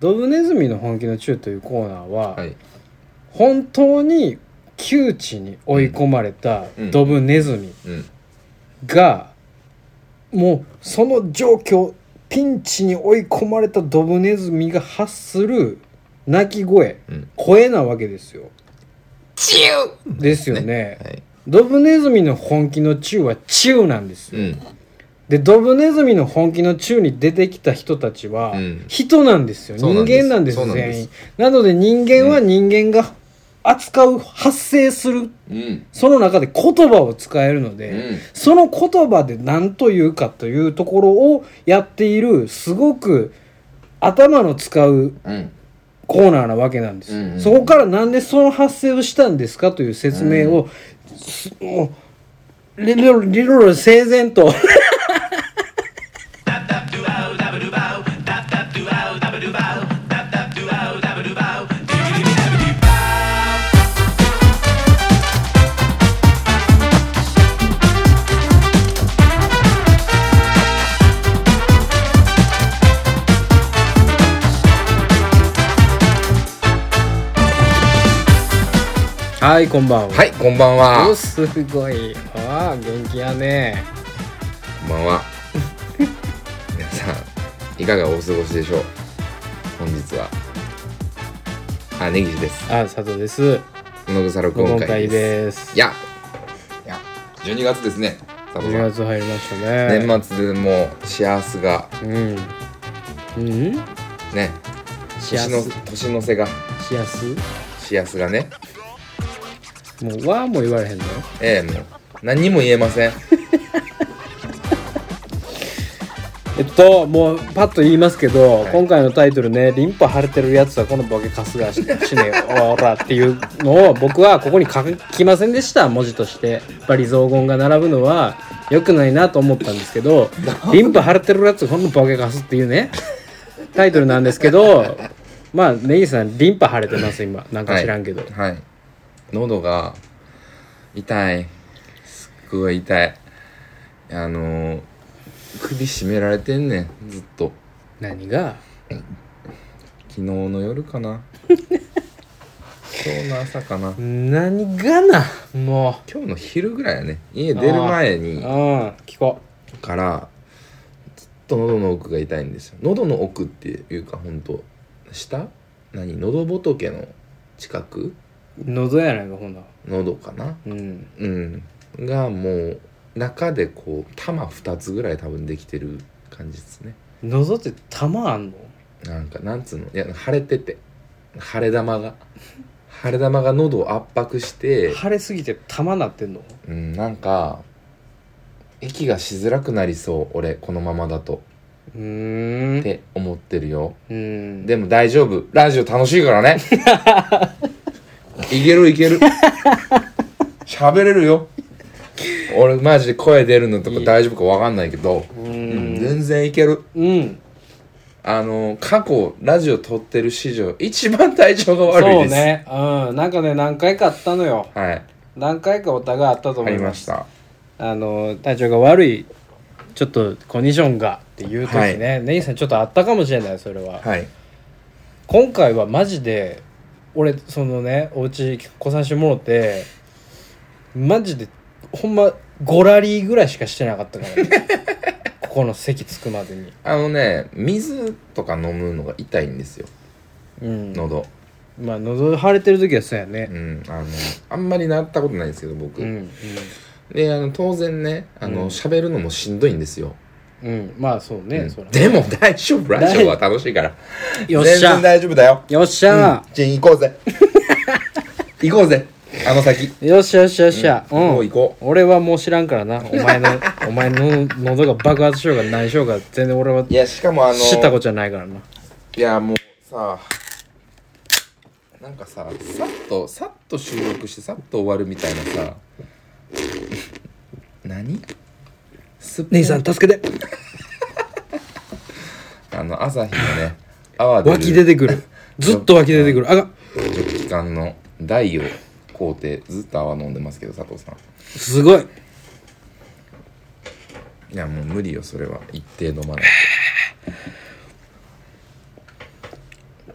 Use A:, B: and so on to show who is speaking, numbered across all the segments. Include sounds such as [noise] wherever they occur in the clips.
A: ドブネズミの本気のチューというコーナーは、
B: はい
A: 本当に窮地に追い込まれた
B: うん
A: ドブネズミ
B: うん
A: が、もうその状況ピンチに追い込まれたドブネズミが発する鳴き声
B: うん
A: 声なわけですよ。
B: チュー
A: ですよね
B: はい
A: ドブネズミの本気のチューはチューなんですよ。
B: うん
A: でドブネズミの本気の宙に出てきた人たちは
B: うん
A: 人なんですよ、
B: そうなんです
A: 人間なんです
B: そうなんです
A: 全員なので人間は人間が扱う発生する
B: うん
A: その中で言葉を使えるので、
B: うん
A: その言葉で何というかというところをやっているすごく頭の使う
B: うん
A: コーナーなわけなんです、
B: うんうん
A: そこからなんでその発生をしたんですかという説明を、すもう理論理論整然とはいこんばんは、
B: はいこんばんは
A: おすごいああ元気やね
B: こんばんは [laughs] 皆さんいかがお過ごしでしょう本日はあ根岸です
A: あ佐藤です
B: 野草録音
A: 今
B: 会
A: 回
B: です
A: です
B: いやいや12月ですね佐藤
A: 10
B: さん
A: 月入りましたね
B: 年末もう幸せが
A: うんうん
B: ね
A: しや
B: 年の
A: す
B: 年の瀬が
A: しやす
B: 幸せがね
A: もうわーも言われへんの
B: ええもう何にも言えません
A: えっともうパッと言いますけど、
B: はい
A: 今回のタイトルね「リンパ腫れてるやつはこのボケカスがししねえおら」っていうのを僕はここに書きませんでした文字としてやっぱり雑言が並ぶのは良くないなと思ったんですけ
B: [laughs]
A: ど「リンパ腫れてるやつはこのボケカス」っていうねタイトルなんですけどまあネギさんリンパ腫れてます今なんか知らんけど、
B: はい喉が痛いすっごい痛いあのー首絞められてんねんずっと
A: 何が
B: 昨日の夜かな [laughs] 今日の朝かな
A: 何がなも
B: 今日の昼ぐらいやね家出る前
A: ううん
B: に
A: 聞こ
B: からずっと喉の奥が痛いんですよ喉の奥っていうかほんと下何喉仏の近く
A: う喉やないかほんなら
B: 喉かな
A: うん
B: うん、がもう中でこう玉2つぐらい多分できてる感じですね
A: 喉って玉あんの
B: なんかなんつうのいや腫れてて腫れ玉が腫れ玉が喉を圧迫して、
A: 腫れすぎて玉なってんの
B: うん、なんか息がしづらくなりそう俺このままだと
A: うー
B: っ
A: ん
B: て思ってるよ
A: うん
B: でも大丈夫ラジオ楽しいか
A: [laughs]
B: らねいけるいける喋れるよ俺マジで声出るのとか大丈夫かわかんないけど
A: う
B: うん
A: ん
B: 全然いける
A: うん
B: あの過去ラジオ撮ってる史上一番体調が悪い
A: そう
B: です
A: ねうんなんかね何回かあったのよ
B: はい
A: 何回かお互いあったと
B: あ
A: 思
B: り
A: い
B: ま
A: ま
B: し
A: す
B: た
A: あの体調が悪いちょっとコンディションがっていう時ね、ネギさんちょっとあったかもしれないそれは、
B: はい
A: 今回はマジで俺そのねお家来させてもろてマジでほんま5ラリーぐらいしかしてなかったから、ね、
B: [laughs]
A: ここの席着くまでに
B: あのね水とか飲むのが痛いんですよ
A: うん
B: 喉
A: まあ喉腫れてる時はそうや
B: う
A: ね
B: んあのあんまりなったことないんですけど僕、
A: うんうん、
B: であの当然ねあ
A: うん
B: の喋、るのもしんどいんですよ、
A: うん、まあそうね、
B: うん
A: そら
B: でも大丈夫ラジオは楽しいから
A: [laughs] よっし
B: 全然
A: ゃ
B: 大丈夫だよ
A: よっしゃ、
B: じゃあ行こうぜ [laughs] 行こうぜあの先
A: よっしゃよっしゃよっしゃ、
B: う
A: うんん
B: 行こう行こ
A: 俺はもう知らんからなお [laughs] 前のお前の喉が爆発しようが何しようが全然俺はい
B: やしかもあの
A: 知ったことじゃないからない
B: やもうさなんかささっとさっと収録してさっと終わるみたいなさ何すっぽん
A: 助けて
B: あの朝日のね泡
A: 湧き
B: 出
A: 出
B: る
A: てくるずっと湧き出てくるあが
B: 蒸気機関の台を工程ずっと泡飲んでますけど佐藤さん
A: すごい
B: いやもう無理よそれは一定飲まない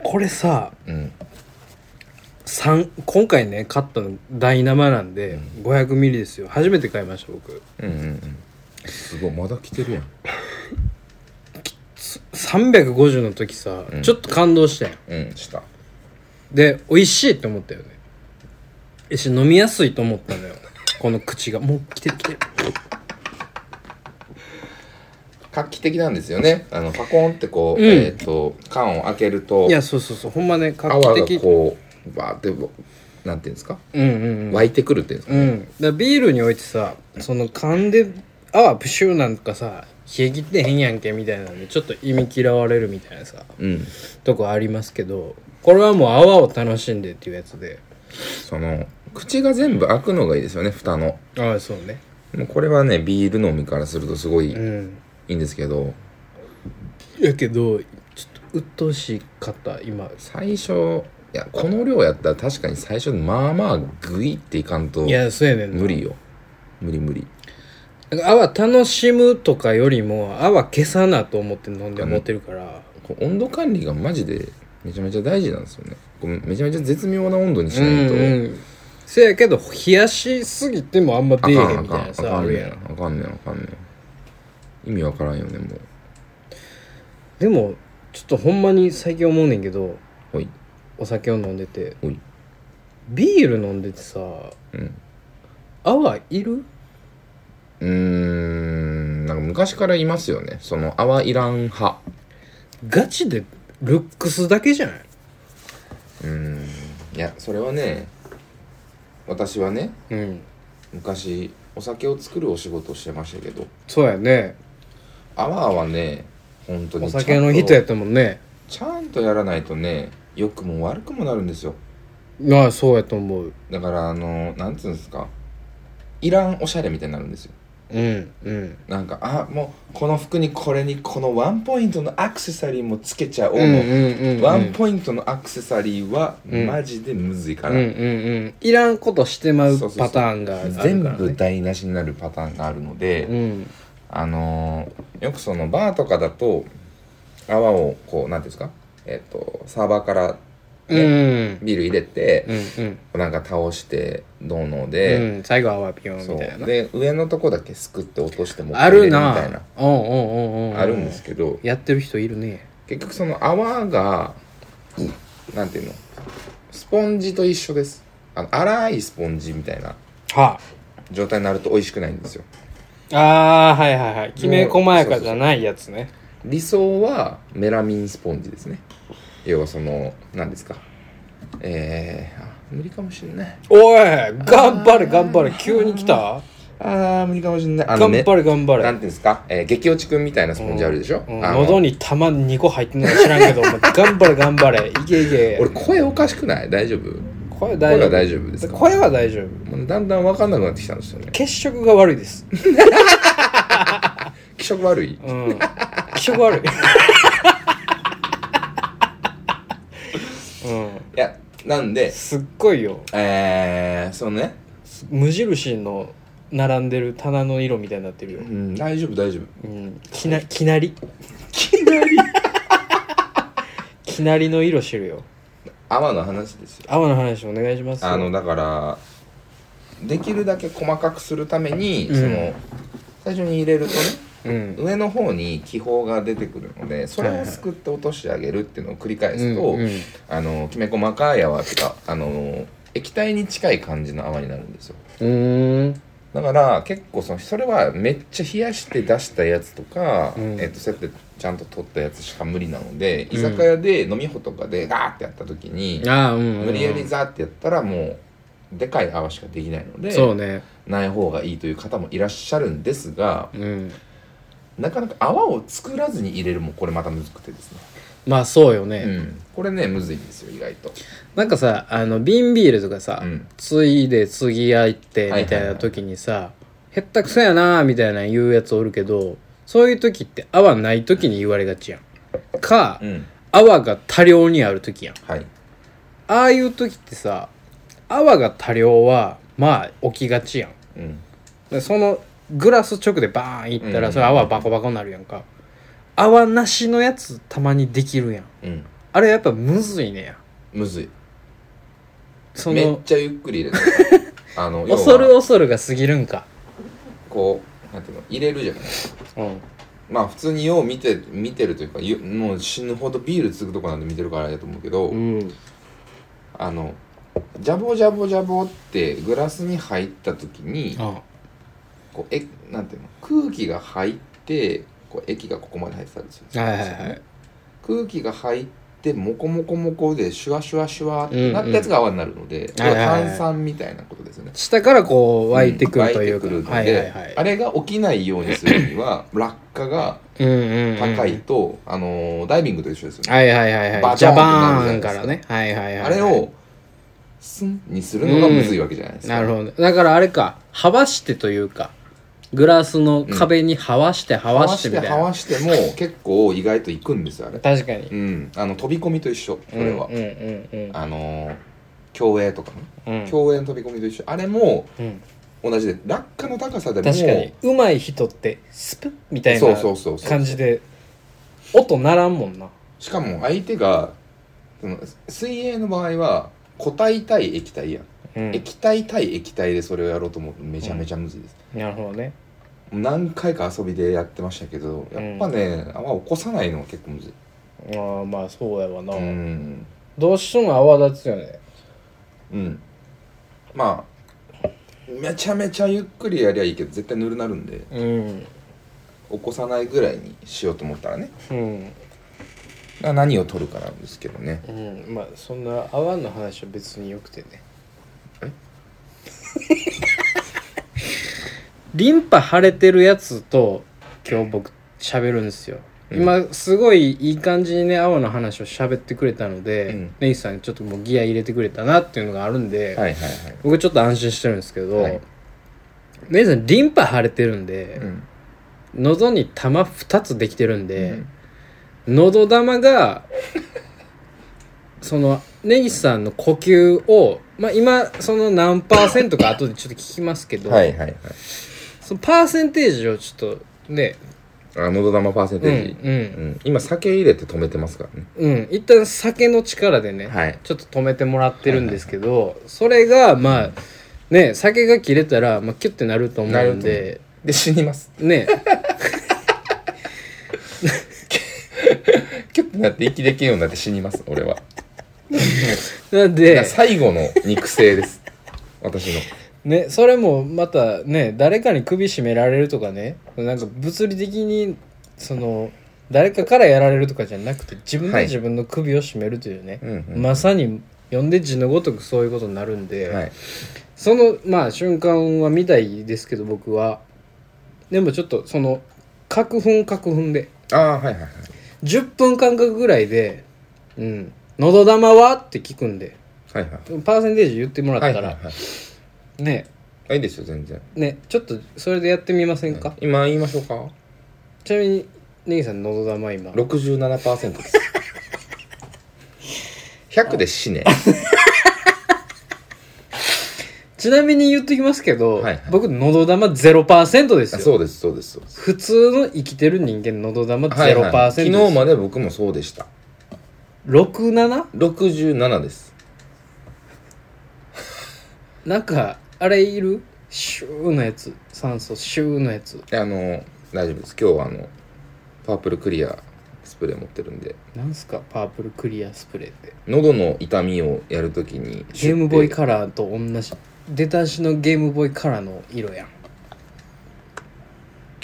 A: これさ
B: うん
A: 三今回ね買ったの大生なんで 500ml ですよ初めて買いました僕
B: うんうんうんすごいまだ来てるやん
A: 350の時さ、
B: うん
A: ちょっと感動したよ
B: うんした
A: で美味しいって思ったよねえし飲みやすいと思ったのよこの口がもう来てる来てる
B: 画期的なんですよねあのパコンってこう、
A: うん
B: えっ、と缶を開けると
A: いやそうそうそうほんまね画
B: 泡
A: 期
B: が
A: 的
B: こうバーってなんていうんですか、
A: うんうんうん
B: 湧いてくるっていうんですか、
A: うんだからビールにおいてさその噛んで泡プシューなんかさ冷え切ってへんやんけみたいなんでちょっと意味嫌われるみたいなさ
B: うん、
A: とこありますけどこれはもう泡を楽しんでっていうやつで
B: その口が全部開くのがいいですよね蓋の
A: ああそうね
B: もうこれはねビール飲みからするとすごいい
A: うん
B: いんですけど、
A: やけどちょっと鬱陶しかった今
B: 最初いやこの量やったら確かに最初まあまあグイっていかんと
A: いやそうやねんな
B: 無理よ無理無理
A: なんか泡楽しむとかよりも泡消さなと思って飲んで持ってるから
B: こう温度管理がマジでめちゃめちゃ大事なんですよねこうめちゃめちゃ絶妙な温度にし
A: うん
B: ないと、
A: うんせやけど冷やしすぎてもあんま
B: あ
A: 出え
B: か
A: へ
B: ん
A: ん
B: あ
A: み
B: か
A: たい
B: んあ
A: なさ
B: か
A: あ
B: ん
A: る
B: ね
A: や
B: ん
A: ん
B: あかんねんあかんねん意味わからんよねもう
A: でもちょっとほんまに最近思うねんけど
B: ほい
A: お酒を飲んでて
B: ほい
A: ビール飲んでてさ
B: うん
A: 泡いる
B: うーんなんか昔からいますよねその泡いらん派
A: ガチでルックスだけじゃないう
B: ーんいやそれはね私はね
A: うん
B: 昔お酒を作るお仕事をしてましたけど
A: そうやね
B: 泡はね本当に
A: お
B: ちゃんと
A: 酒の人やったもんね
B: ちゃんとやらないとね良くも悪くもなるんですよ
A: ああそうやと思う
B: だからあのなんつうんですかいらんおしゃれみたいになるんですよ
A: うんうん
B: なんかあもうこの服にこれにこのワンポイントのアクセサリーもつけちゃおう
A: う
B: の、
A: んうんうんうん
B: ワンポイントのアクセサリーは
A: うん
B: マジでむずいか
A: うん
B: ら、
A: うんうんいらんことしてまうパターンがあるから、ね、
B: 全部台無しになるパターンがあるので、
A: うん
B: あのーよくそのバーとかだと泡をこうなんていうんですかえっ、とサーバーから
A: うんうん
B: ビール入れて
A: う、ん
B: なんか倒してどうの
A: う
B: で、
A: ん最後はワピョン
B: そ
A: みたいな
B: うで上のとこだけすくって落としてもう一
A: あ
B: 回入れ
A: る
B: み
A: な
B: たいな
A: うんうんうんうん
B: あるんですけど
A: やってる人いるね
B: 結局その泡がなんていうのスポンジと一緒ですあの粗いスポンジみたいな
A: は
B: 状態になると美味しくないんですよ
A: ああーはいはいはいきめ細やかじゃないやつね
B: 理想はメラミンスポンジですね要はその何ですかえー、あ無理かもしれない
A: おい頑張れ頑張れ急に来た
B: あー無理かもしれないあ
A: 頑
B: ね
A: 張れ頑張
B: なん
A: れ
B: ていうんですか、えー、激落ちくんみたいなスポンジあるでしょ、
A: うん
B: あの
A: 喉に玉2個入ってんのか知らんけどお
B: [laughs]
A: 前頑張れ頑張れいけいけ
B: 俺声おかしくない大丈夫
A: 声大丈
B: 声は
A: 夫
B: 大丈夫ですか
A: 声は大丈夫
B: もうだんだん分かんなくなってきたんですよね
A: 血色が悪いです
B: 気色悪い
A: うん。気色悪い。うん。
B: いやなんです
A: っごいよ。
B: えー、そのね、
A: す無印の並んでる棚の色みたいになってるよ
B: う。ん、大丈夫大丈夫
A: うん。きな、きなり。きなり [laughs] きなりの色してるよ。
B: 泡の話ですよ
A: 青の話お願いしますよ。
B: あのだからできるだけ細かくするために、
A: うん
B: その最初に入れるとね
A: うん。
B: 上の方に気泡が出てくるのでそれをすくって落としてあげるっていうのを繰り返すと、
A: うんうん
B: あのきめ細かい泡っていうかあの液体に近い感じの泡になるんですよ
A: うーん。
B: だから結構そのそれはめっちゃ冷やして出したやつとか、
A: うん
B: えっとそうやってちゃんと取ったやつしか無理なので
A: うん
B: 居酒屋で飲み穂とかでガーってやった時に、
A: ああ、うん。
B: 無理やりザーってやったらもうでかい泡しかできないので
A: そうね。
B: ない方がいいという方もいらっしゃるんですが
A: うん。
B: なかなか泡を作らずに入れるもこれまた難くてですね、
A: まあそうよね。
B: うん、これねむずいんですよ意外と、
A: なんかさ、あの、瓶ビールとかさ、
B: うん
A: ついでつぎあいて
B: はい
A: みたいな時にさ、へったくそやなーみたいなの言うやつおるけどそういう時って泡ない時に言われがちやんか、
B: うん、
A: 泡が多量にある時やん
B: はい
A: ああいう時ってさ泡が多量はまあ起きがちやん
B: うん
A: でそのグラス直でバーンいった
B: う
A: ら
B: ん
A: それ泡バコバコになるやんか泡なしのやつたまにできるやん
B: うん
A: ああれやっぱむずいねや
B: むずい
A: そ
B: めっ
A: の
B: ちゃゆっくり入れて
A: [laughs]
B: あの要は
A: 恐る恐るが過ぎるんか
B: こうなんていうの入れるじゃない
A: うん
B: まあ普通によう見て見てるというかゆもう死ぬほどビールつくとこなんで見てるからやと思うけど、
A: うん
B: あのジャボジャボジャボってグラスに入った時に
A: あ
B: こうえなんていうの空気が入ってこう液がここまで入ってたりするんですよ
A: はいはいはい
B: 空気が入ってモコモコモコでシュワシュワシュワってなったやつが泡になるので、
A: うんうんはいはいはい
B: 炭酸みたいなことですよね
A: 下からこう湧いてくるというか、
B: 湧てくるので
A: はいはいはい
B: あれが起きないようにするには落下が
A: うんうんうん
B: 高いと、あのーダイビングと一緒ですよね、
A: はいはいはいは
B: バ
A: いジ
B: チ
A: ャ
B: ョーンってな
A: バ
B: るじゃな
A: ー
B: い
A: ン
B: で
A: か
B: すから
A: ねはいはいはい
B: あれをスンにするのがむずいわけじゃないですか、
A: なるほどだからあれかはわしてというかグラスの壁にはわしては
B: は
A: わ
B: わ
A: し
B: してて
A: みたいな、
B: はわしても結構意外といくんですよあれ
A: 確かに
B: うんあの飛び込みと一緒それは、
A: うんうんうん
B: あのー競泳とかね、
A: うんうん
B: 競泳の飛び込みと一緒あれも
A: うん
B: 同じで落下の高さでも
A: 確かにうまい人ってスプッみたい
B: そう
A: な
B: そうそうそう
A: 感じで音ならんもんな
B: しかも相手がその水泳の場合は固体対液体やん、
A: うん
B: 液体対液体でそれをやろうと思うとめちゃめちゃむずいです、
A: なるほどね
B: もう何回か遊びでやってましたけどやっぱね、泡起こさないのは結構むずい
A: ああまあそうやわな、
B: うん
A: どうしても泡立つよね
B: うんまあめちゃめちゃゆっくりやりゃいいけど絶対ぬるなるんで
A: うん
B: 起こさないぐらいにしようと思ったらね
A: うん
B: だから何を取るかなんですけどね
A: うんまあそんな泡の話は別によくてね
B: え
A: [laughs] リンパ腫れてるやつと今日僕喋るんですよ、
B: うん
A: 今すごいいい感じにね泡の話を喋ってくれたので、
B: うん
A: ネイさんちょっともうギア入れてくれたなっていうのがあるんで、
B: はいはいはい
A: 僕ちょっと安心してるんですけど、
B: はい
A: ネイさんリンパ腫れてるんで、
B: うん
A: 喉に玉2つできてるんで、喉玉
B: [laughs]
A: がその根岸さんの呼吸を、まあ、今その何パーセントか後でちょっと聞きますけど、
B: はいはいはい
A: そのパーセンテージをちょっとね
B: あ喉玉パーセン
A: う
B: テ
A: ん
B: ージ、うん、今酒入れて止めてますからね
A: うんうん一旦酒の力でね、
B: はい
A: ちょっと止めてもらってるんですけど、それがまあね酒が切れたら、まあ、キュッてなると思
B: な
A: う
B: る
A: ん
B: と思
A: で
B: うで死にます
A: ね
B: キュッてなって息できるようになって死にます俺は
A: なん
B: だから
A: で、
B: 最後の肉声です私の
A: ね、それもまたね誰かに首絞められるとかねなんか物理的にその誰かからやられるとかじゃなくて自分
B: は
A: で
B: い
A: 自分の首を絞めるというね、
B: うんうん
A: まさに呼んで字のごとくそういうことになるんで、
B: はい
A: そのまあ瞬間は見たいですけど僕はでもちょっとその各分各分で
B: ああはいはいはい
A: 10分間隔ぐらいで「うん喉玉は?」って聞くんで
B: はいはい
A: パーセンテージ言ってもらったら、
B: はいはいはい
A: ね
B: あいいですよ全然
A: ねちょっとそれでやってみませんか、
B: 今言いましょうか
A: ちなみにネギさん喉玉今
B: 67%です100で死ね
A: ちなみに言っときますけど、
B: はいはい
A: 僕喉玉0%です
B: あ
A: よ
B: そうですそうですそうです
A: 普通の生きてる人間喉玉0%です、
B: はいはい昨日まで僕もそうでした
A: 67?
B: 67です
A: なんかあれいるシューのやつ酸素シューのやつ
B: であの大丈夫です今日はあのパープルクリアスプレー持ってるんで
A: なんすかパープルクリアスプレーって
B: 喉の痛みをやるときに
A: ゲームボーイカラーと同じ出だしのゲームボーイカラーの色やん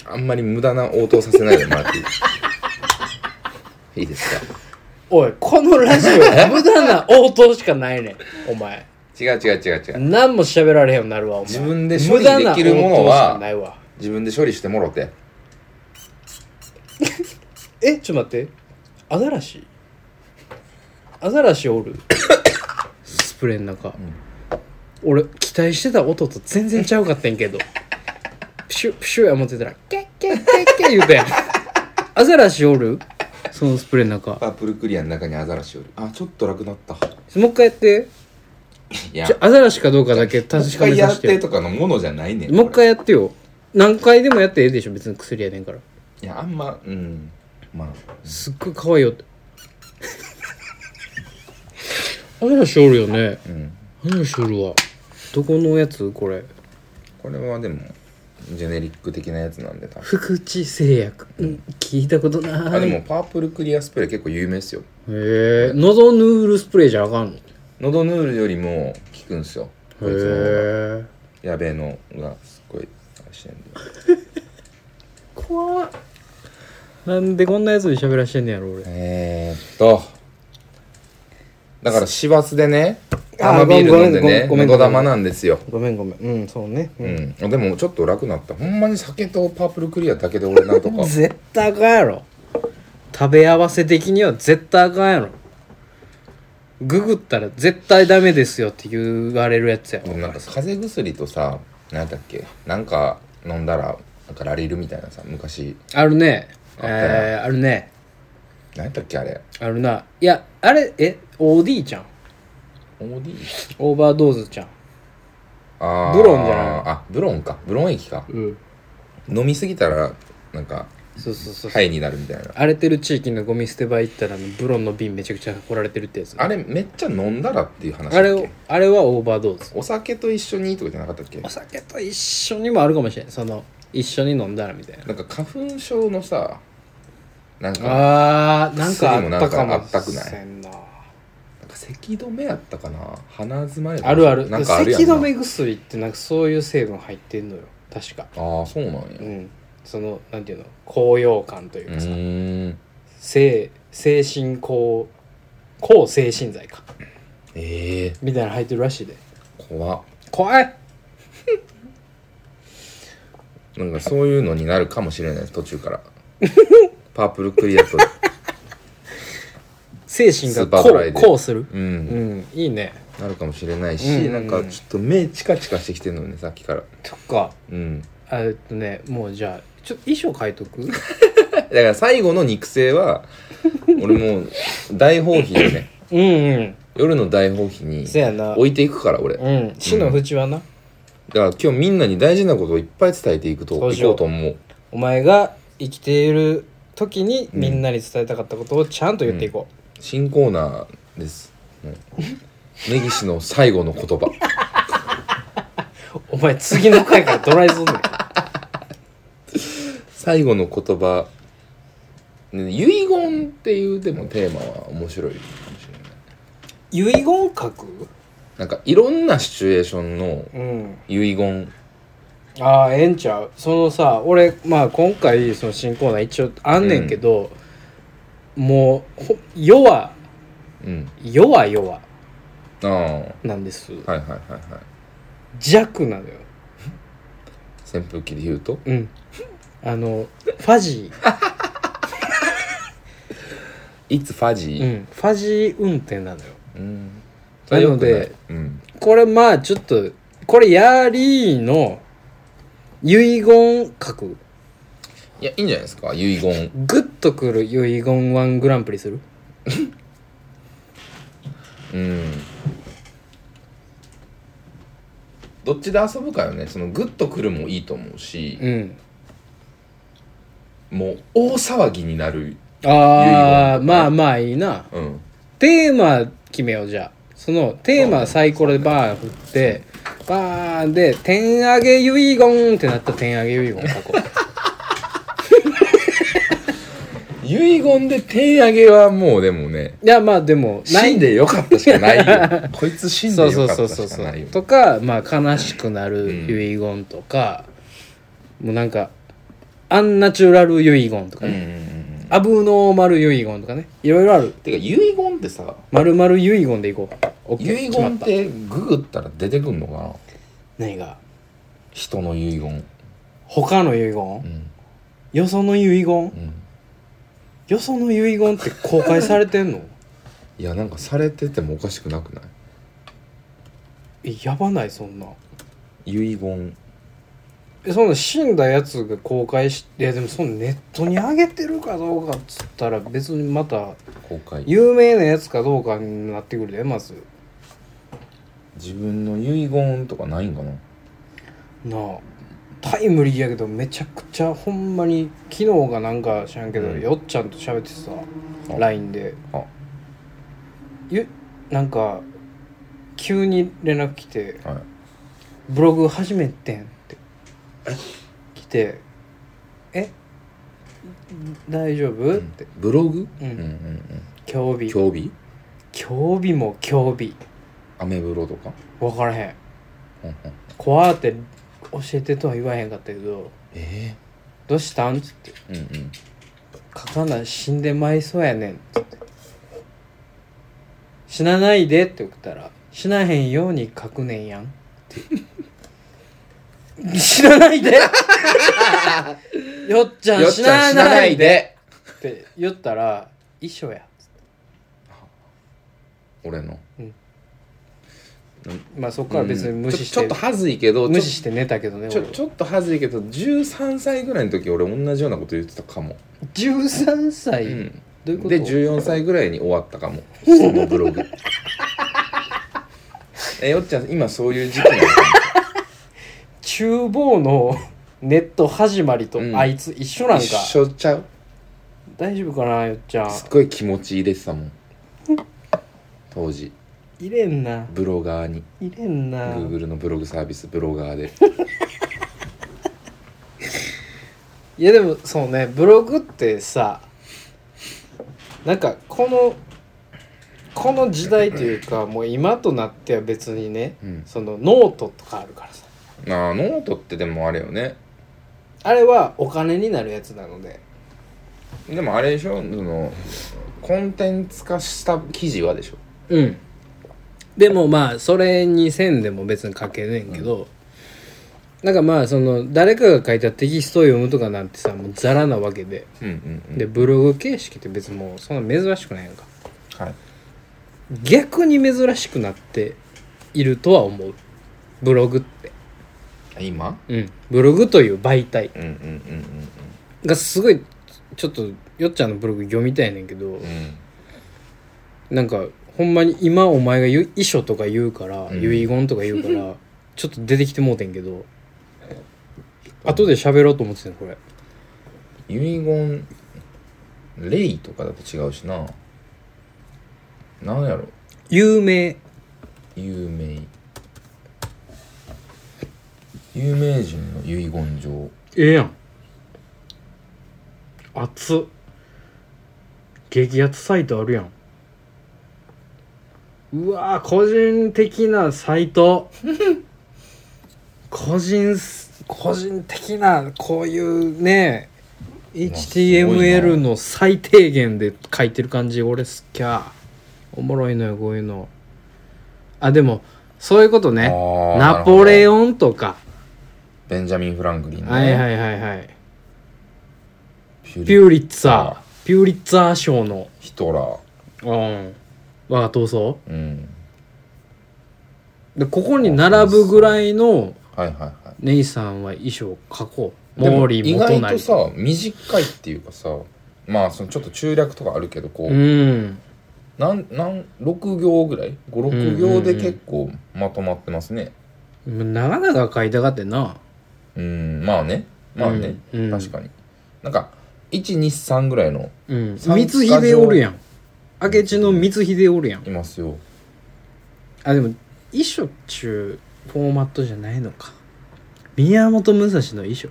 B: あんまり無駄な応答させないでもらってい [laughs] いいいですか
A: おいこのラジオ [laughs] 無駄な応答しかないねんお前
B: 違う違う違う違う
A: 何も喋られへんようになるわお前
B: 自分で処理できるもの
A: 無駄な応
B: は
A: 答しかないわ
B: 自分で処理してもろて
A: えちょっと待ってアザラシアザラシおるスプレーの中、俺期待してた音と全然ちゃうかったんやけどプシュプシュや思ってたらケッケッケッケッ言うてんアザラシおるそのスプレーの中も
B: パープルクリアの中にアザラシおるあちょっと楽だった
A: う一回やって
B: いや
A: ちょアザラシかどうかだけ確
B: 一
A: かめ
B: 回
A: さ
B: や
A: せ
B: ってて
A: よ
B: とかのものじゃないねん
A: もう一回やってよ何回でもやってええでしょ別に薬やねんから
B: いやあんまうんまあ
A: [laughs] すっごい可愛いよって話おるよね
B: うん
A: 話おるわどこのやつこれ
B: これはでもジェネリック的なやつなんで多分
A: 福地製薬、うん、聞いたことない
B: あでもパープルクリアスプレー結構有名ですよ
A: へえ喉ヌールスプレーじゃあかんのへ
B: 喉ヌールよりも効くんすよこいつの方が
A: え
B: やべえのがすっごいあれしてんで
A: 怖っなんでこんなやつに喋らしてんねやろ俺
B: えー、っとだから市バスでね
A: あ
B: 生ビール飲ん
A: ごめんごめん
B: でね
A: ごめんごめ
B: 喉
A: ん
B: 玉なんですよ
A: ごめんごめんうんそうね、
B: うん、でもちょっと楽になったほんまに酒とパープルクリアだけで俺なん
A: [laughs]
B: とか
A: 絶対あかんやろ食べ合わせ的には絶対あかんやろググったら絶対ダメですよって言われるやつやろ
B: なんか風邪薬とさ何だっけなんか飲んだらなんかラリルみたいなさ昔
A: あるね
B: あったな
A: えー、あるね
B: 何だっけあれ
A: あるないやあれえ OD ちゃん
B: OD?
A: オーバードーズちゃん
B: あー
A: ブロンじゃない
B: あブロンかブロン液か
A: うん
B: 飲みすぎたらなんか
A: そうそうそう、
B: 肺になるみたいな
A: 荒れてる地域のゴミ捨て場行ったらあのブロンの瓶めちゃくちゃ掘られてるってやつ
B: あれめっちゃ飲んだらっていう話だっけ
A: あれをあれはオーバードーズ
B: お酒と一緒にとかじゃなかったっけ
A: お酒と一緒にもあるかもしれないその一緒に飲んだらみたいな
B: なんか花粉症のさなんか
A: あーなんかあったか
B: 薬もなん
A: も
B: かあったくない
A: せんな
B: なんか咳止めやったかな鼻づまり
A: あるある
B: なんかあるやん
A: 咳
B: な
A: 止め薬ってなんかそういう成分入ってんのよ確か
B: ああそうなんや
A: う
B: うん
A: そのなんていうの高揚感というかさ、
B: ーん
A: 精精神抗抗精神剤か
B: ええ
A: みたいなの入ってるらしいで
B: 怖っ
A: 怖い
B: なんかそういうのになるかもしれない途中から
A: [laughs]
B: パープルクリアと
A: 精神
B: ス
A: が
B: ーパー
A: こ
B: ドライ
A: う
B: で
A: こうする
B: う
A: うんんいいね
B: なるかもしれない
A: うん
B: し、
A: うん
B: なんかちょっと目チカチカしてきてるのねさっきから
A: とか [laughs]
B: うん
A: えっとねもうじゃあちょっと衣装変えとく
B: だから最後の肉声は俺もう大放棄で
A: [laughs]
B: ね
A: うんうん
B: 夜の大放棄に
A: せやな
B: 置いていくから俺だか
A: うん死の淵はな、
B: ら今日みんなに大事なことをいっぱい伝えていくと
A: そう
B: い
A: しよう
B: こうと思う
A: お前が生きている時にみんなに伝えたかったことをちゃんと言っていこう、
B: 新コーナーですもう根岸の最後の言葉
A: お前次の回からドライすんねん
B: 最後の言葉ね遺言っていうでもテーマは面白いかもしれない
A: [laughs] 遺言書く
B: なんかいろんなシチュエーションの
A: うん
B: 遺言
A: ああええんちゃうそのさ俺まあ今回その新コーナー一応あんねんけど、もうほ弱
B: うん
A: 弱弱
B: ああはい
A: なんです
B: はいはいはい
A: 弱なのよ
B: 扇風機で言うと
A: うんあのファジ
B: 「いつファジ
A: ー、う
B: ー
A: ん、ファジー運転なのよ」
B: うん
A: なので
B: うん
A: これまあちょっとこれヤリーの遺言格
B: いやいいんじゃないですか遺言
A: グッとくる遺言ワングランプリする
B: うんどっちで遊ぶかよねそのグッとくるもいいと思うし、
A: うん
B: もう大騒ぎになる
A: ああ
B: 遺言
A: まあまあいいな
B: うん
A: テーマ決めようじゃあそのテーマサイコロでバーン振ってバーンで点上げ遺言ってなったら点上げ遺言書
B: [laughs]
A: こう
B: 遺言で手上げはもうでもね
A: いやまあでもな
B: 死ん
A: い
B: でよかったしかない
A: [laughs]
B: よこいつ死んで
A: そうそ
B: よ
A: う
B: かっ
A: そう
B: た
A: そう
B: しか
A: そ
B: ないうよ
A: とかまあ悲しくなる遺言とか、もうなんかアンナチュラル遺言とか
B: うんうんう
A: ね、
B: ん
A: アブノーマル遺言とかねいろいろある
B: てか遺言ってさ
A: まるまる遺言でいこうオッケー
B: 遺
A: 決ま
B: 言
A: っ
B: ったてググったら出てくんのかな
A: 何が
B: 人の遺言
A: 他の遺言、
B: うん
A: よその遺言
B: うん
A: よその遺言って公開されてんの [laughs]
B: いやなんかされててもおかしくなくない
A: えやばないそんな
B: 遺言
A: えそんな死んだやつが公開していやでもそのネットに上げてるかどうかっつったら別にまた
B: 公開
A: 有名なやつかどうかになってくるでまず
B: 自分の遺言とかないんかな
A: なあタイムリーやけどめちゃくちゃほんまに昨日がなんか知らんけど、
B: うん
A: よっちゃんと喋ってさ
B: あ
A: LINE で
B: あ
A: ゆなんか急に連絡来て
B: はい
A: 「ブログ始めてん」って来て「え大丈夫?」って
B: ブログ
A: うん
B: うんうん
A: 「興味
B: 競技
A: 興味も興味
B: アメブロとか
A: 分からへん
B: うんうん
A: 怖って教えてとは言わへんかったけど
B: え
A: 「どうしたん?」っつって
B: えうんうん
A: 「書かない死んでまいそうやねん」っつって「死なないで」って送ったら「死なへんように書くねんやん」って「死なないで! 」よっちゃん
B: よっ
A: 死
B: ちゃ
A: な
B: ん死な
A: な
B: ないい
A: で
B: で
A: って言ったら「一緒や」
B: 俺の
A: まあそこから別に無視し
B: ちょ
A: て、
B: ちょっと恥ずいけど
A: 無視して寝たけどね
B: ち
A: 俺
B: ょちょっと恥ずいけど13歳ぐらいの時俺同じようなこと言ってたかも、
A: 13歳、
B: うん、
A: どういうこと
B: で14歳ぐらいに終わったかもそのブログ [laughs] えよっちゃん今そういう時期なの
A: 厨房のネット始まりと
B: うん
A: あいつ一緒なんか、
B: 一緒ちゃう
A: 大丈夫かなよっちゃん
B: すっごい気持ち入れてたもん当時
A: 入れんな
B: ブロガーに
A: 入れんな
B: Google のブログサービスブロガーで
A: いやでもそうねブログってさなんかこのこの時代という [laughs] かもう今となっては別にね、
B: うん
A: そのノートとかあるからさ
B: なあノートってでもあれよね
A: あれはお金になるやつなので
B: でもあれでしょそのコンテンツ化した記事はでしょ
A: うんでもまあそれに線でも別に書けねんけど、なんかまあその誰かが書いたテキストを読むとかなんてさもうザラなわけで、
B: うんうんうん
A: でブログ形式って別にもうそんな珍しくないやんか
B: はい
A: 逆に珍しくなっているとは思うブログって
B: 今
A: うんブログという媒体
B: うんうんうんうん
A: がすごいちょっとよっちゃんのブログ読みたいねんけど、
B: うん
A: なんかほんまに今お前が言う遺書とか言うから、
B: うん
A: 遺言とか言うからちょっと出てきてもうてんけど後で喋ろうと思ってたのこれ
B: 遺言レイとかだと違うしななんやろ
A: 有名
B: 有名有名人の遺言状
A: ええやん熱っ激アツサイトあるやんうわー個人的なサイト個人す個人的なこういうね
B: わすごい
A: HTML
B: な
A: の最低限で書いてる感じ俺好きゃおもろいのよこういうのあでもそういうことね
B: あー
A: ナポレ
B: なるほど
A: オンとか
B: ベンジャミン・フランクリンの
A: はいはいはいはい
B: ピュ
A: ピ
B: リ
A: ューリッツァーピューリッツァー賞の
B: ヒトラー
A: うん我が闘争
B: うん
A: でここに並ぶぐらいの
B: はいはいは
A: ネイさんは衣装を描こう
B: いで
A: 毛
B: も
A: 利
B: 意
A: 元
B: 外と
A: 就
B: さ短いっていうかさまあそのちょっと中略とかあるけどこう、
A: うん
B: なんなん6行ぐらい56行で結構まとまってますね
A: 長々描いたがってな
B: うんまあねまあね、
A: うんうん
B: 確かになんか123ぐらいの
A: うん
B: 参加
A: 光
B: 状
A: 秀おるやん明智の光秀おるやん
B: いますよ
A: あでも衣装っちゅうフォーマットじゃないのか宮本武蔵の衣装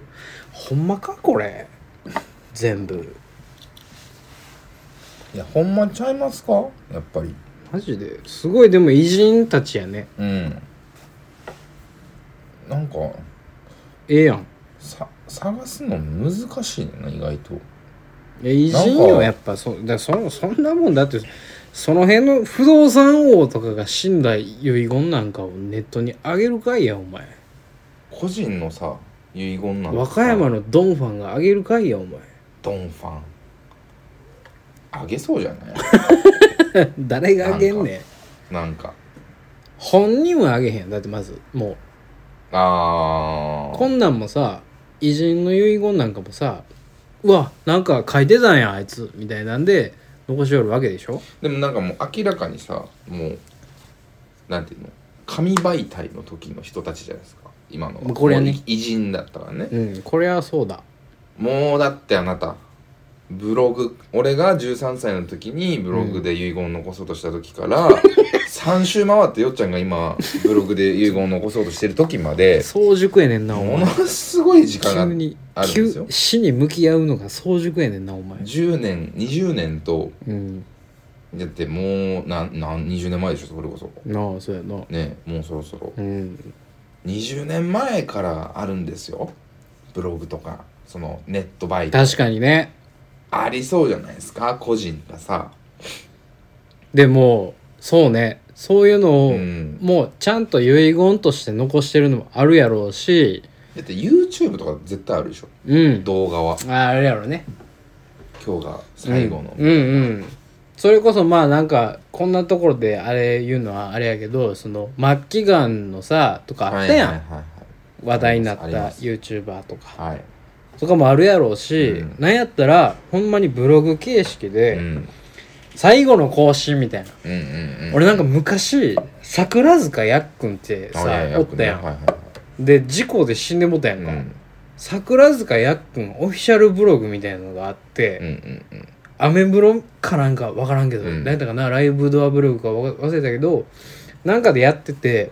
A: ほんまかこれ全部
B: いやほんまちゃいますかやっぱり
A: マジですごいでも偉人たちやね
B: うんなんか
A: ええやん
B: さ探すの難しいねんな意外と
A: いや偉人
B: なん
A: よ
B: か
A: やっぱそだそそんなもんだってその辺の不動産王とかが死んだ遺言なんかをネットに上げるかいやお前
B: 個人のさ遺言なんて
A: 和
B: さ
A: 歌山のドンファンが上げるかいやお前 [laughs]
B: ドンファンあげそうじゃない
A: 誰が上げんねん
B: なんか
A: 本人は上げへんだってまずもう
B: あー
A: こんなんもさ偉人の遺言なんかもさうわなんか書いてたんやあいつみたいなんで残しおるわけでしょ
B: でもなんかもう明らかにさもうなんていうの紙媒体の時の人たちじゃないですか今のは
A: これね
B: もう偉人だったからね
A: う、んこれはそうだ
B: もうだってあなたブログ俺が13歳の時にブログで遺言を残そうとした時から、3周回ってよっちゃんが今ブログで遺言を残そうとしてる時まで
A: 早熟やねんなお
B: も
A: 前
B: のすごい時
A: 急
B: 間が
A: に
B: あるんです
A: 急
B: よ
A: 死に向き合うのが早熟やねんなお前
B: 10年20年と
A: うん
B: だってもうなんなん20年前でしょそれこそ
A: なあそうやな
B: ねもうそろそろ
A: うん
B: 20年前からあるんですよブログとかそのネットバイト
A: 確かにね
B: ありそうじゃないですか個人がさ
A: でもそうねそういうのを、
B: うん
A: もうちゃんと遺言として残してるのもあるやろうし
B: だって YouTube とか絶対あるでしょ
A: うん
B: 動画は
A: ああれやろね
B: 今日が最後の
A: うん、うんうんそれこそまあなんかこんなところであれ言うのはあれやけどその末期がんのさとかあったやん、
B: はいはい
A: 話題になった
B: あります
A: YouTuber とか
B: はいはい、
A: とかもあるやろうし、
B: うん
A: なんやったらほんまにブログ形式
B: うん、う
A: で
B: ん
A: 最後の更新みたいな、
B: うんうん
A: 俺なんか昔桜塚やっくんってさ
B: あいやいや
A: おったやん、
B: はいはい
A: で事故で死んでもうたやん
B: は
A: か、
B: いうん
A: 桜塚やっくんオフィシャルブログみたいなのがあって、
B: うんうんうん
A: アメブロかなんかわからんけど、
B: うん
A: なん、何やったかなライブドアブログかわ忘れたけどなんかでやってて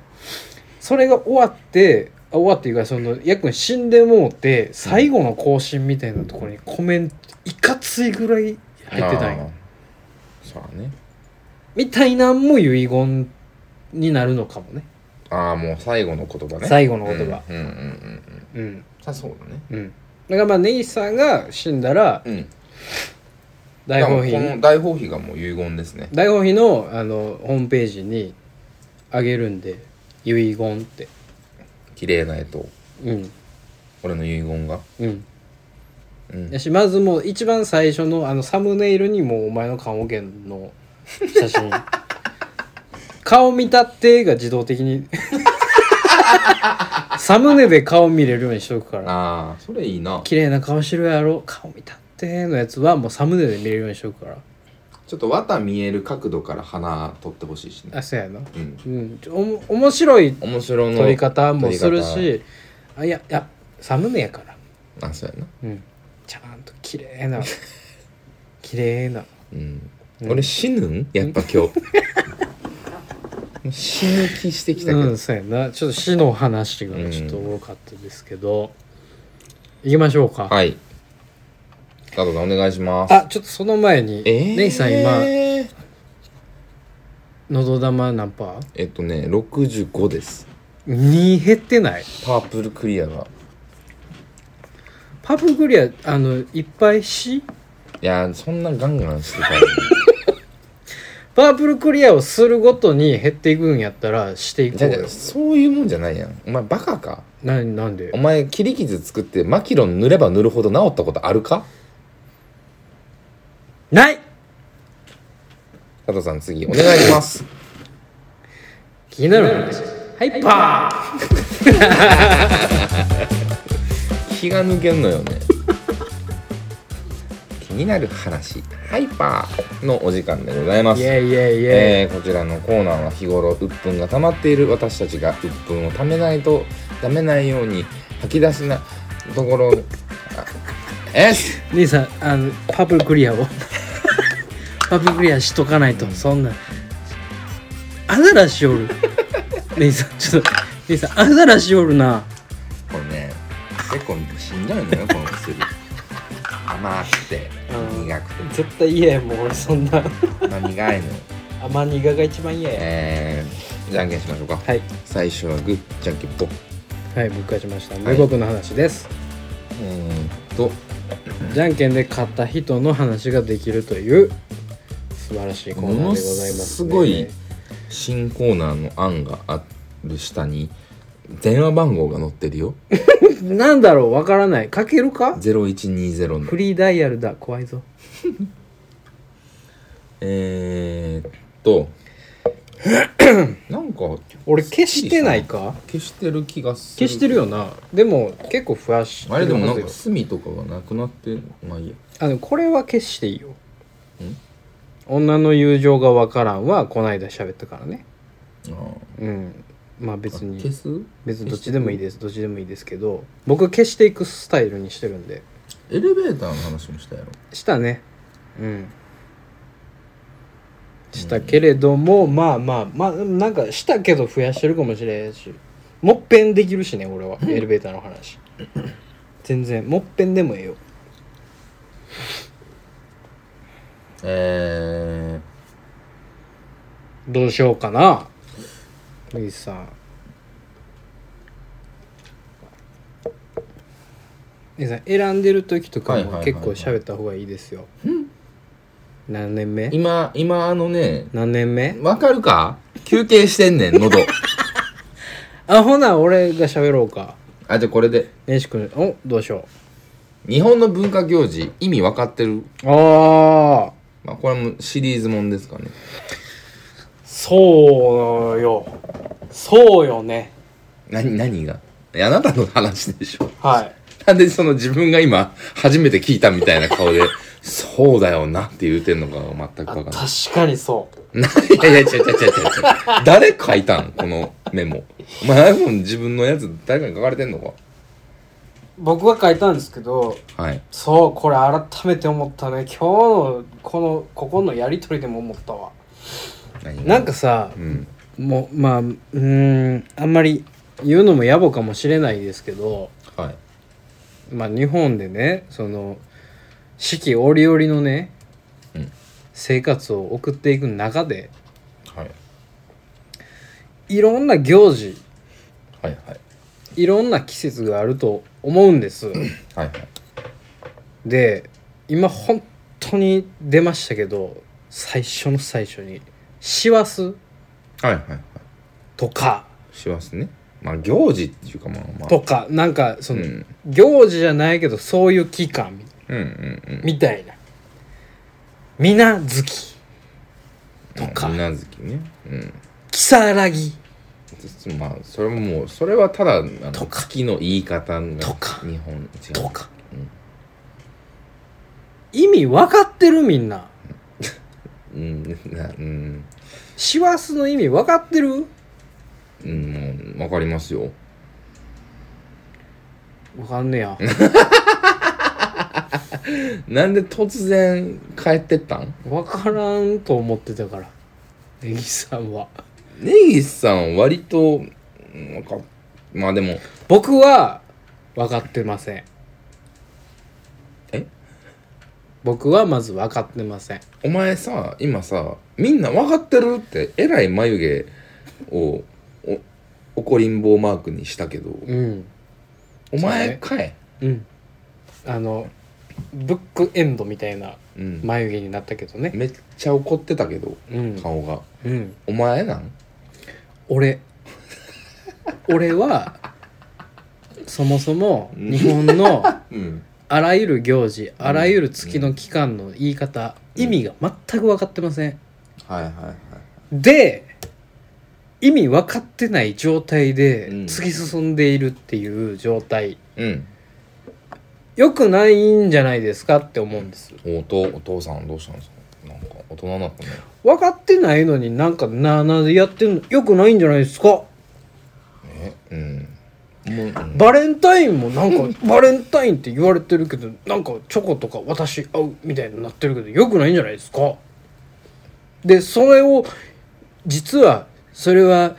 A: それが終わってあ終わっていうかそのやっくん死んでもうて最後の更新みたいなところにコメントいかついぐらい入ってたん
B: あ
A: よ
B: ーそうだね
A: みたいなんも遺言になるのかもね
B: ああもう最後の言葉ね
A: 最後の言葉
B: うんうんうんうん
A: うん
B: あそうだね
A: うん、だからまあ根岸さんが死んだら
B: うん
A: 大本
B: だから
A: 費
B: この大放棄がもう遺言ですね
A: 大本費のあのホームページにあげるんで遺言って
B: 綺麗な絵と
A: うん
B: 俺の遺言が
A: うん
B: うん
A: やしまずもう一番最初のあのサムネイルにもうお前の棺桶の写真 [laughs] 顔見たってが自動的にサムネで顔見れるようにしとくから
B: ああそれいいな
A: 綺麗な顔してるやろ顔見たってのやつはもうサムネで見れるようにしとくから
B: ちょっと綿見える角度から鼻取ってほしいしね
A: あそうやな
B: うん
A: うんちょおも面白い
B: 面白の
A: 撮り方もする
B: 撮り
A: しあいやいやサムネやから
B: 方あそうやな
A: うんちゃんと綺麗 [laughs] な綺麗な
B: うん俺死ぬんやっぱ
A: [laughs]
B: 今日死ぬ気してきたけ
A: う
B: ど
A: んそうやなちょっと死の話がちょっと多かったですけど、行きましょうか、
B: はい加藤さんお願いします
A: あちょっとその前に、
B: ええ
A: 姉さん今のど玉何パー
B: えっとね65です
A: 2減ってない
B: パープルクリアが
A: パプグリアあのいっぱいし
B: いやーそんなガンガンしてた
A: [laughs]
B: ら
A: パープルクリアをするごとに減っていくんやったらしていこ
B: じゃ
A: う
B: あじゃ
A: よ
B: あそういうもんじゃないやんお前バカか
A: ななんで
B: お前切り傷作ってマキロン塗れば塗るほど治ったことあるか
A: ない
B: 加藤さん次お願いします
A: [laughs] 気になる話はいパ
B: 気が抜けんのよね気になる話ハイパーのお時間でございま
A: ーイ
B: す
A: エイイエイイエイ
B: えーこちらのコーナーは日頃鬱憤が溜まっている私たちが鬱憤を溜めないと溜めないように吐き出しなところあえす
A: 兄さんあのパープルクリアをパープルクリアしとかないと、そんなアザラシおる兄さんちょっと兄さんアザラシおるな
B: これね結構しんどいのよこの薬甘くて
A: うん
B: 苦くて
A: 絶対嫌やもう俺そんな
B: 甘苦いの
A: 甘苦が一番嫌
B: えー、じゃんけんしましょうか
A: はい
B: 最初はグーじゃんけんぽ
A: はい僕勝ちました
B: い
A: 無国の話です、
B: えー、と
A: じゃんけんで勝った人の話ができるという素晴らしいコーナーでございます、ね、
B: ものすごい新コーナーの案がある下に電話番号が載ってるよ
A: なんだろうわからないかけるか
B: 0120の
A: フリーダイヤルだ怖いぞ
B: えー、っとなんか
A: 俺消してないか
B: 消してる気がする
A: 消してるよなでも結構ふわし
B: あれでもな
A: て
B: ん
A: る
B: か
A: はず
B: 隅とかがなくなってまあいいや
A: よあのこれは消していいよ女の友情がわからんはこないだ喋ったからね
B: あー
A: うんまあ別
B: あ消
A: に
B: す
A: 別にどっちでもいいですどっちでもいいですけど僕は消していくスタイルにしてるんで
B: エレベーターの話もしたやろ
A: したねうんしたけれども、まあまあまあなんかしたけど増やしてるかもしれんしもっぺんできるしね俺はエレベーターの
B: [laughs]
A: 話全然もっぺんでもええよ
B: え
A: どうしようかな麦さん麦さん選んでる時とか
B: はいはい
A: も
B: はいはい
A: 結構喋った方がいいですよ、何年目
B: ー、今今あのね
A: 何年目
B: わかるか休憩してんねん [laughs] 喉
A: あほな俺が喋ろうか
B: あじゃあこれで
A: ねし君おどうしよ
B: 日本の文化行事意味わかってる
A: うああ
B: まあこれもシリーズもんですかね
A: そうよそうよね
B: 何何がいやあなたの話でしょ
A: はい
B: なんでその自分が今初めて聞いたみたいな顔でそうだよなって言うてんのかが全くわかんない
A: 確かにそう
B: ないやいや、違う違う違う違う違う。誰書いたんこのメモ。お前、iPhone 自分のやつ誰かに書かれてんのか
A: 僕が書いたんですけど
B: はい。
A: そうこれ改めて思ったね今日のこのここのやり取りでも思ったわ
B: 何
A: なんかさ
B: うん。
A: もうまあうーんあんまり言うのも野暮かもしれないですけど
B: はい。
A: まあ日本でねその四季折々のね、
B: うん
A: 生活を送っていく中で
B: はい。
A: いろんな行事
B: はいはい。
A: いろんな季節があると思うん
B: [clears throat]
A: です
B: はいはい。
A: で今本当に出ましたけど最初の最初に師走
B: はいはいはい。
A: とか
B: しますね。まあ、行事っていうかまあまあ。
A: とかなんかそ
B: うん。
A: の、
B: うん
A: 行事じゃないけどそういう期間み
B: うんうん。
A: みたいな水無月とか
B: うなずきね。うん。
A: 如月
B: まあ、それももう、それはただ、あの、
A: とか
B: 月の言い方が
A: とか
B: 日本違う。
A: とか、意味分かってるみんな
B: うん。なうん。
A: 師走の意味分かってる
B: うん。もうわかりますよ。
A: 分かんねや
B: なんで突然帰ってったん
A: 分からんと思ってたから根岸さんは
B: ネギさん割とうんなんかまあでも
A: 僕は分かってません
B: え
A: 僕はまず分かってません
B: お前さ今さみんな分かってるってえらい眉毛をお怒りん坊マークにしたけど
A: うん
B: お前かい
A: うんあのブックエンドみたいな
B: うん
A: 眉毛になったけどね
B: めっちゃ怒ってたけど
A: うん、
B: 顔が
A: うん、
B: お前なん
A: 俺俺はそもそも日本の
B: うん
A: あらゆる行事あらゆる月の期間の言い方意味が全く分かってません
B: はいはいはい
A: で意味分かってない状態で
B: うん
A: 突き進んでいるっていう状態、
B: うん
A: 良くないんじゃないですかって思うんです
B: おとお父さんどうしたんですかなんか大人になったね
A: 分かってないのになんかなあなあでやってんの良くないんじゃないですか
B: えうんもう、うん
A: バレンタインもなんか
B: [laughs]
A: バレンタインって言われてるけどなんかチョコとか私合うみたいになってるけど良くないんじゃないですかでそれを実はそれは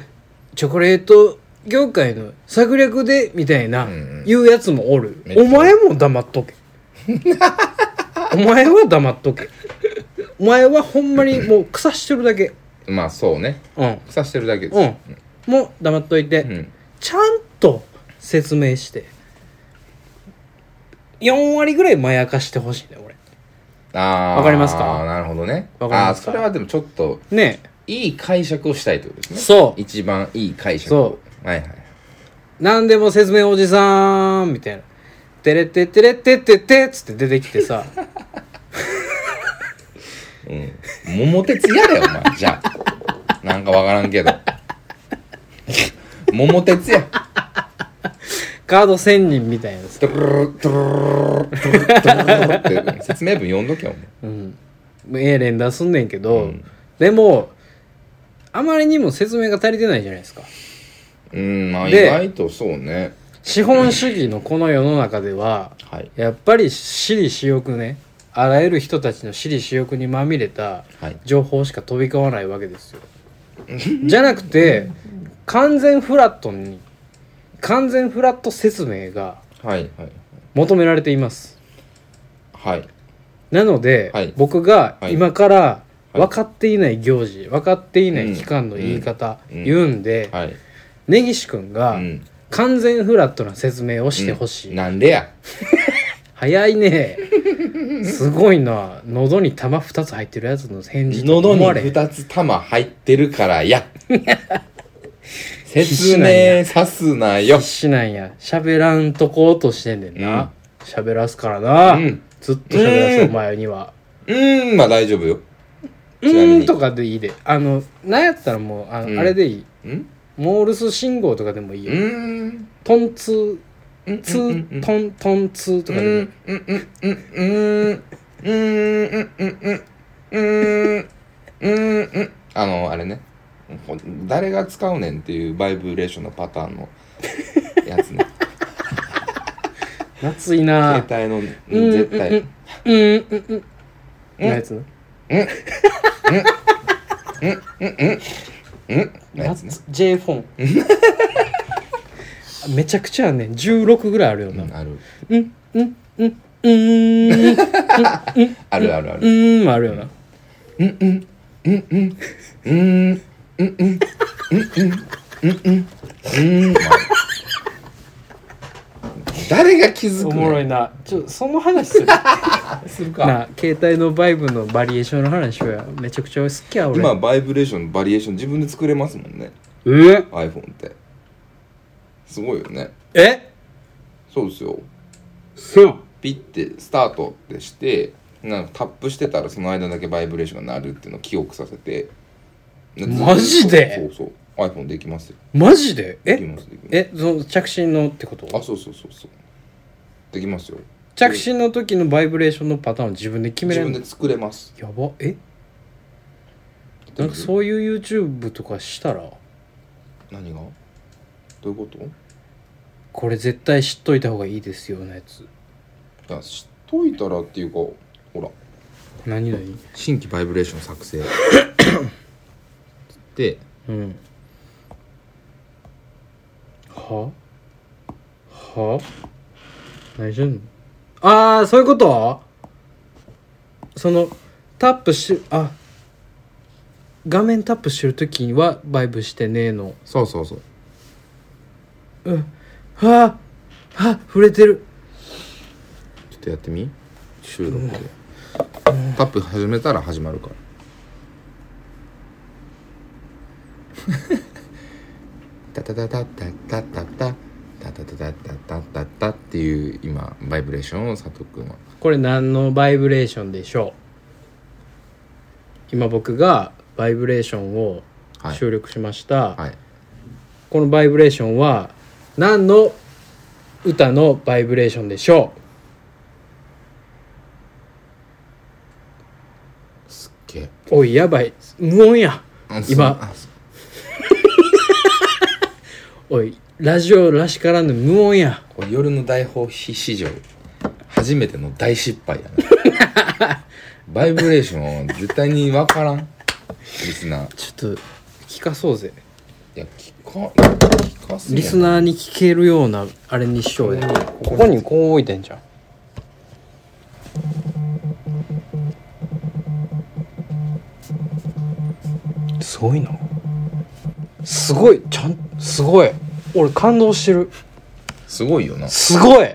A: チョコレート業界の策略でみたいな
B: うんうん
A: 言うやつもおる、
B: めっちゃ
A: お前も黙っ
B: [laughs]
A: とけお前は黙っとけお前はほんまにもう腐してるだけ
B: まあそうね
A: うん
B: 腐してるだけです
A: うんもう黙っといて、
B: うん
A: ちゃんと説明して4割ぐらいまやかしてほしいね俺
B: ああ
A: わかりますか
B: なるほどね
A: わかりますか
B: あーそれはでもちょっと
A: ね
B: いい解釈をしたいってことです
A: え
B: ね
A: そ
B: 一番いい解釈
A: そ
B: はいはいはいう
A: 何でも説明おじさんみたいな「テレテテレテテテ」っつって出てきて
B: [laughs]
A: さ
B: うん桃鉄やれよお前じゃあなんかわからんけど桃鉄や
A: カード1000人みたいなさ、
B: トゥルルルトゥルルルトゥルルルトゥルルルって説明文読んどけよ
A: うん、ええ連打すんねんけど、
B: うん
A: でもあまりにも説明が足りてないじゃないですか
B: お前うんまあ意
A: で
B: 外とそうね
A: 資本主義のこの世の中では
B: はい
A: やっぱり私利私欲ねあらゆる人たちの私利私欲にまみれた
B: はい
A: 情報しか飛び交わないわけ
B: [laughs]
A: ですよ。じゃなくて完全フラットに完全フラット説明が
B: はいはい
A: 求められています。
B: はい
A: なので、
B: はい
A: 僕が
B: はい
A: 今から
B: い
A: 分かっていない行事、分かっていない期間の言い方、
B: うん
A: 言うんで、
B: はい
A: 根岸君が
B: うん
A: 完全フラットな説明をしてほしい、
B: なんでや
A: 早い
B: [laughs]
A: ねすごいな喉に玉2つ入ってるやつの返事と
B: 喉に
A: 思われへん
B: 2つ玉入ってるからや説
A: 必死なんや
B: 明さすなよ
A: 必死なんや喋らんとこうとしてんねん
B: うん
A: な喋、らすからな、
B: うん
A: ずっと喋らす
B: うん
A: お前には
B: うーんまあ大丈夫よ
A: う
B: ちなみ
A: ーん
B: に
A: とかでいいであのなんやったらもうあ,、
B: うん
A: あれでいい
B: うん
A: モールス信号とかでもいいうよ、
B: ーん
A: トンツ
B: うん
A: ーツートントンツーとかでもいい、
B: あのあれね誰が使うねんっていうバイブレーションのパターンのやつね
A: 夏いなぁ
B: 携帯の
A: うん
B: 絶対
A: うんうんうんうんのやつな
B: のやつね
A: J フォンめちゃくちゃあんねん16ぐらいあるよな
B: ある
A: うんうんうんうーんう
B: あるあるある
A: ーんもあるよな
B: 誰が気
A: [laughs]
B: づ
A: お
B: く
A: もろ
B: ね
A: いなちょその話する
B: んする
A: [laughs] な携帯のバイブのバリエーションの話しようやめちゃくちゃ好きや俺
B: 今バイブレーションバリエーション自分で作れますもんね
A: え
B: iPhone ってすごいよね
A: え
B: そうですよ
A: そう
B: ピッてスタートってしてなんかタップしてたらその間だけバイブレーションが鳴るっていうのを記憶させて
A: マジで
B: そうそう iPhone できますよ
A: マジで
B: でき
A: え
B: ますできます
A: えその着信のってこと
B: あそうそうそうそうできますよ
A: 着信の時のバイブレーションのパターンを自分で決め
B: 自
A: れる
B: 分
A: の
B: で作れます
A: やばえなんかそういう YouTube とかしたら
B: 何がどういうこと
A: これ絶対知っといた方がいいですよなやつ
B: だから知っといたらっていうかほら
A: 何何
B: 新規バイブレーション作成 [coughs] で
A: うんはは何してんのああそういうことそのタップしあ画面タップしてる時はバイブしてねえの
B: そうそうそう
A: はあはあ触れてる
B: ちょっとやってみ収録で、タップ始めたら始まるからタタタタタタタタタタタタタタタタっていう今バイブレーションを佐藤君は
A: これ何のバイブレーションでしょう今僕がバイブレーションを
B: はい
A: 収録しました、
B: はい
A: このバイブレーションは何の歌のバイブレーションでしょ
B: すっげえ
A: うおいやばい無音や
B: あ
A: 今
B: そうあそ
A: おいラジオらしからぬ無音や
B: うこれ夜の大放棄史上初めての大失敗だねバイブレーションは絶対に分からんリスナー
A: ちょっと聞かそうぜ
B: いや聞か聞かす
A: リスナーに聞けるようなあれにしようやここにこう置いてんじゃんすごいなすごいちゃんすごい俺感動してる
B: すごいよな
A: すごい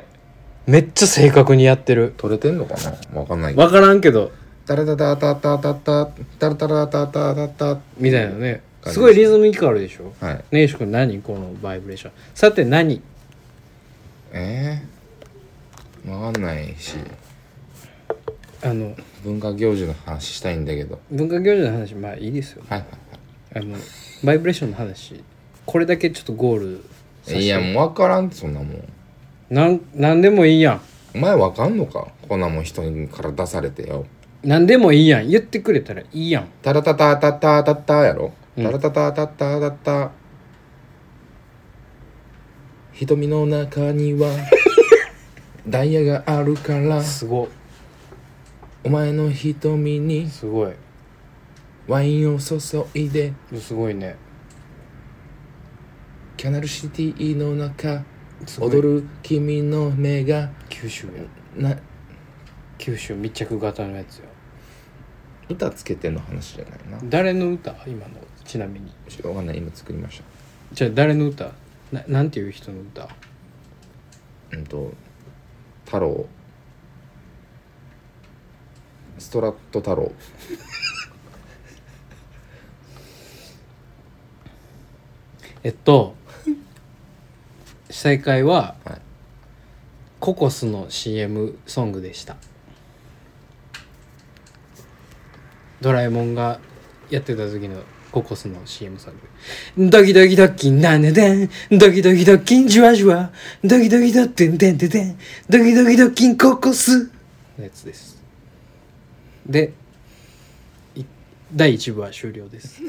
A: めっちゃ正確にやってる
B: 取れてんのかなわかんないけど。
A: 分からんけど
B: タラタタタタタタタラタラタタタタ
A: みたいなね
B: 感じです
A: すごいリズミカルでしょ
B: はい。
A: 根岸君何このバイブレーションさて何
B: ええわかんないし、
A: あの
B: 文化行事の話したいんだけど。
A: 文化行事の話まあいいですよ
B: はいは
A: あのバイブレーションの話これだけちょっとゴール
B: いはい。いや、もうわからんって、そんなもん。
A: なんなんでもいいや
B: お前わかんのかこんなもん人から出されてよ。
A: んなんでもいいやん言ってくれたらいいやん
B: タラタタタタタタやろ
A: うん
B: タラタタタタタタ。瞳の中にはダイヤがあるから
A: すご
B: お前の瞳に
A: すごい
B: ワインを注いです
A: ごいね
B: キャナルシティの中
A: すごい
B: 踊る君の目が
A: 九州や
B: な
A: 九州密着型のやつよ
B: 歌つけての話じゃないな
A: 誰の歌今のちなみに
B: ちょっとわかんない今作りまし
A: じゃあ誰の歌ななんていう人の歌
B: たうんと太郎ストラット太郎
A: えっと再会は
B: はい
A: ココスの CM ソングでしたドラえもんがやってた時のココスの CM ソングドキドキドッキンなんででんドキドキドッキンじわじわドキドキドッテンテンテンテンドキドキドッキンココスのやつですでい第1部は終了です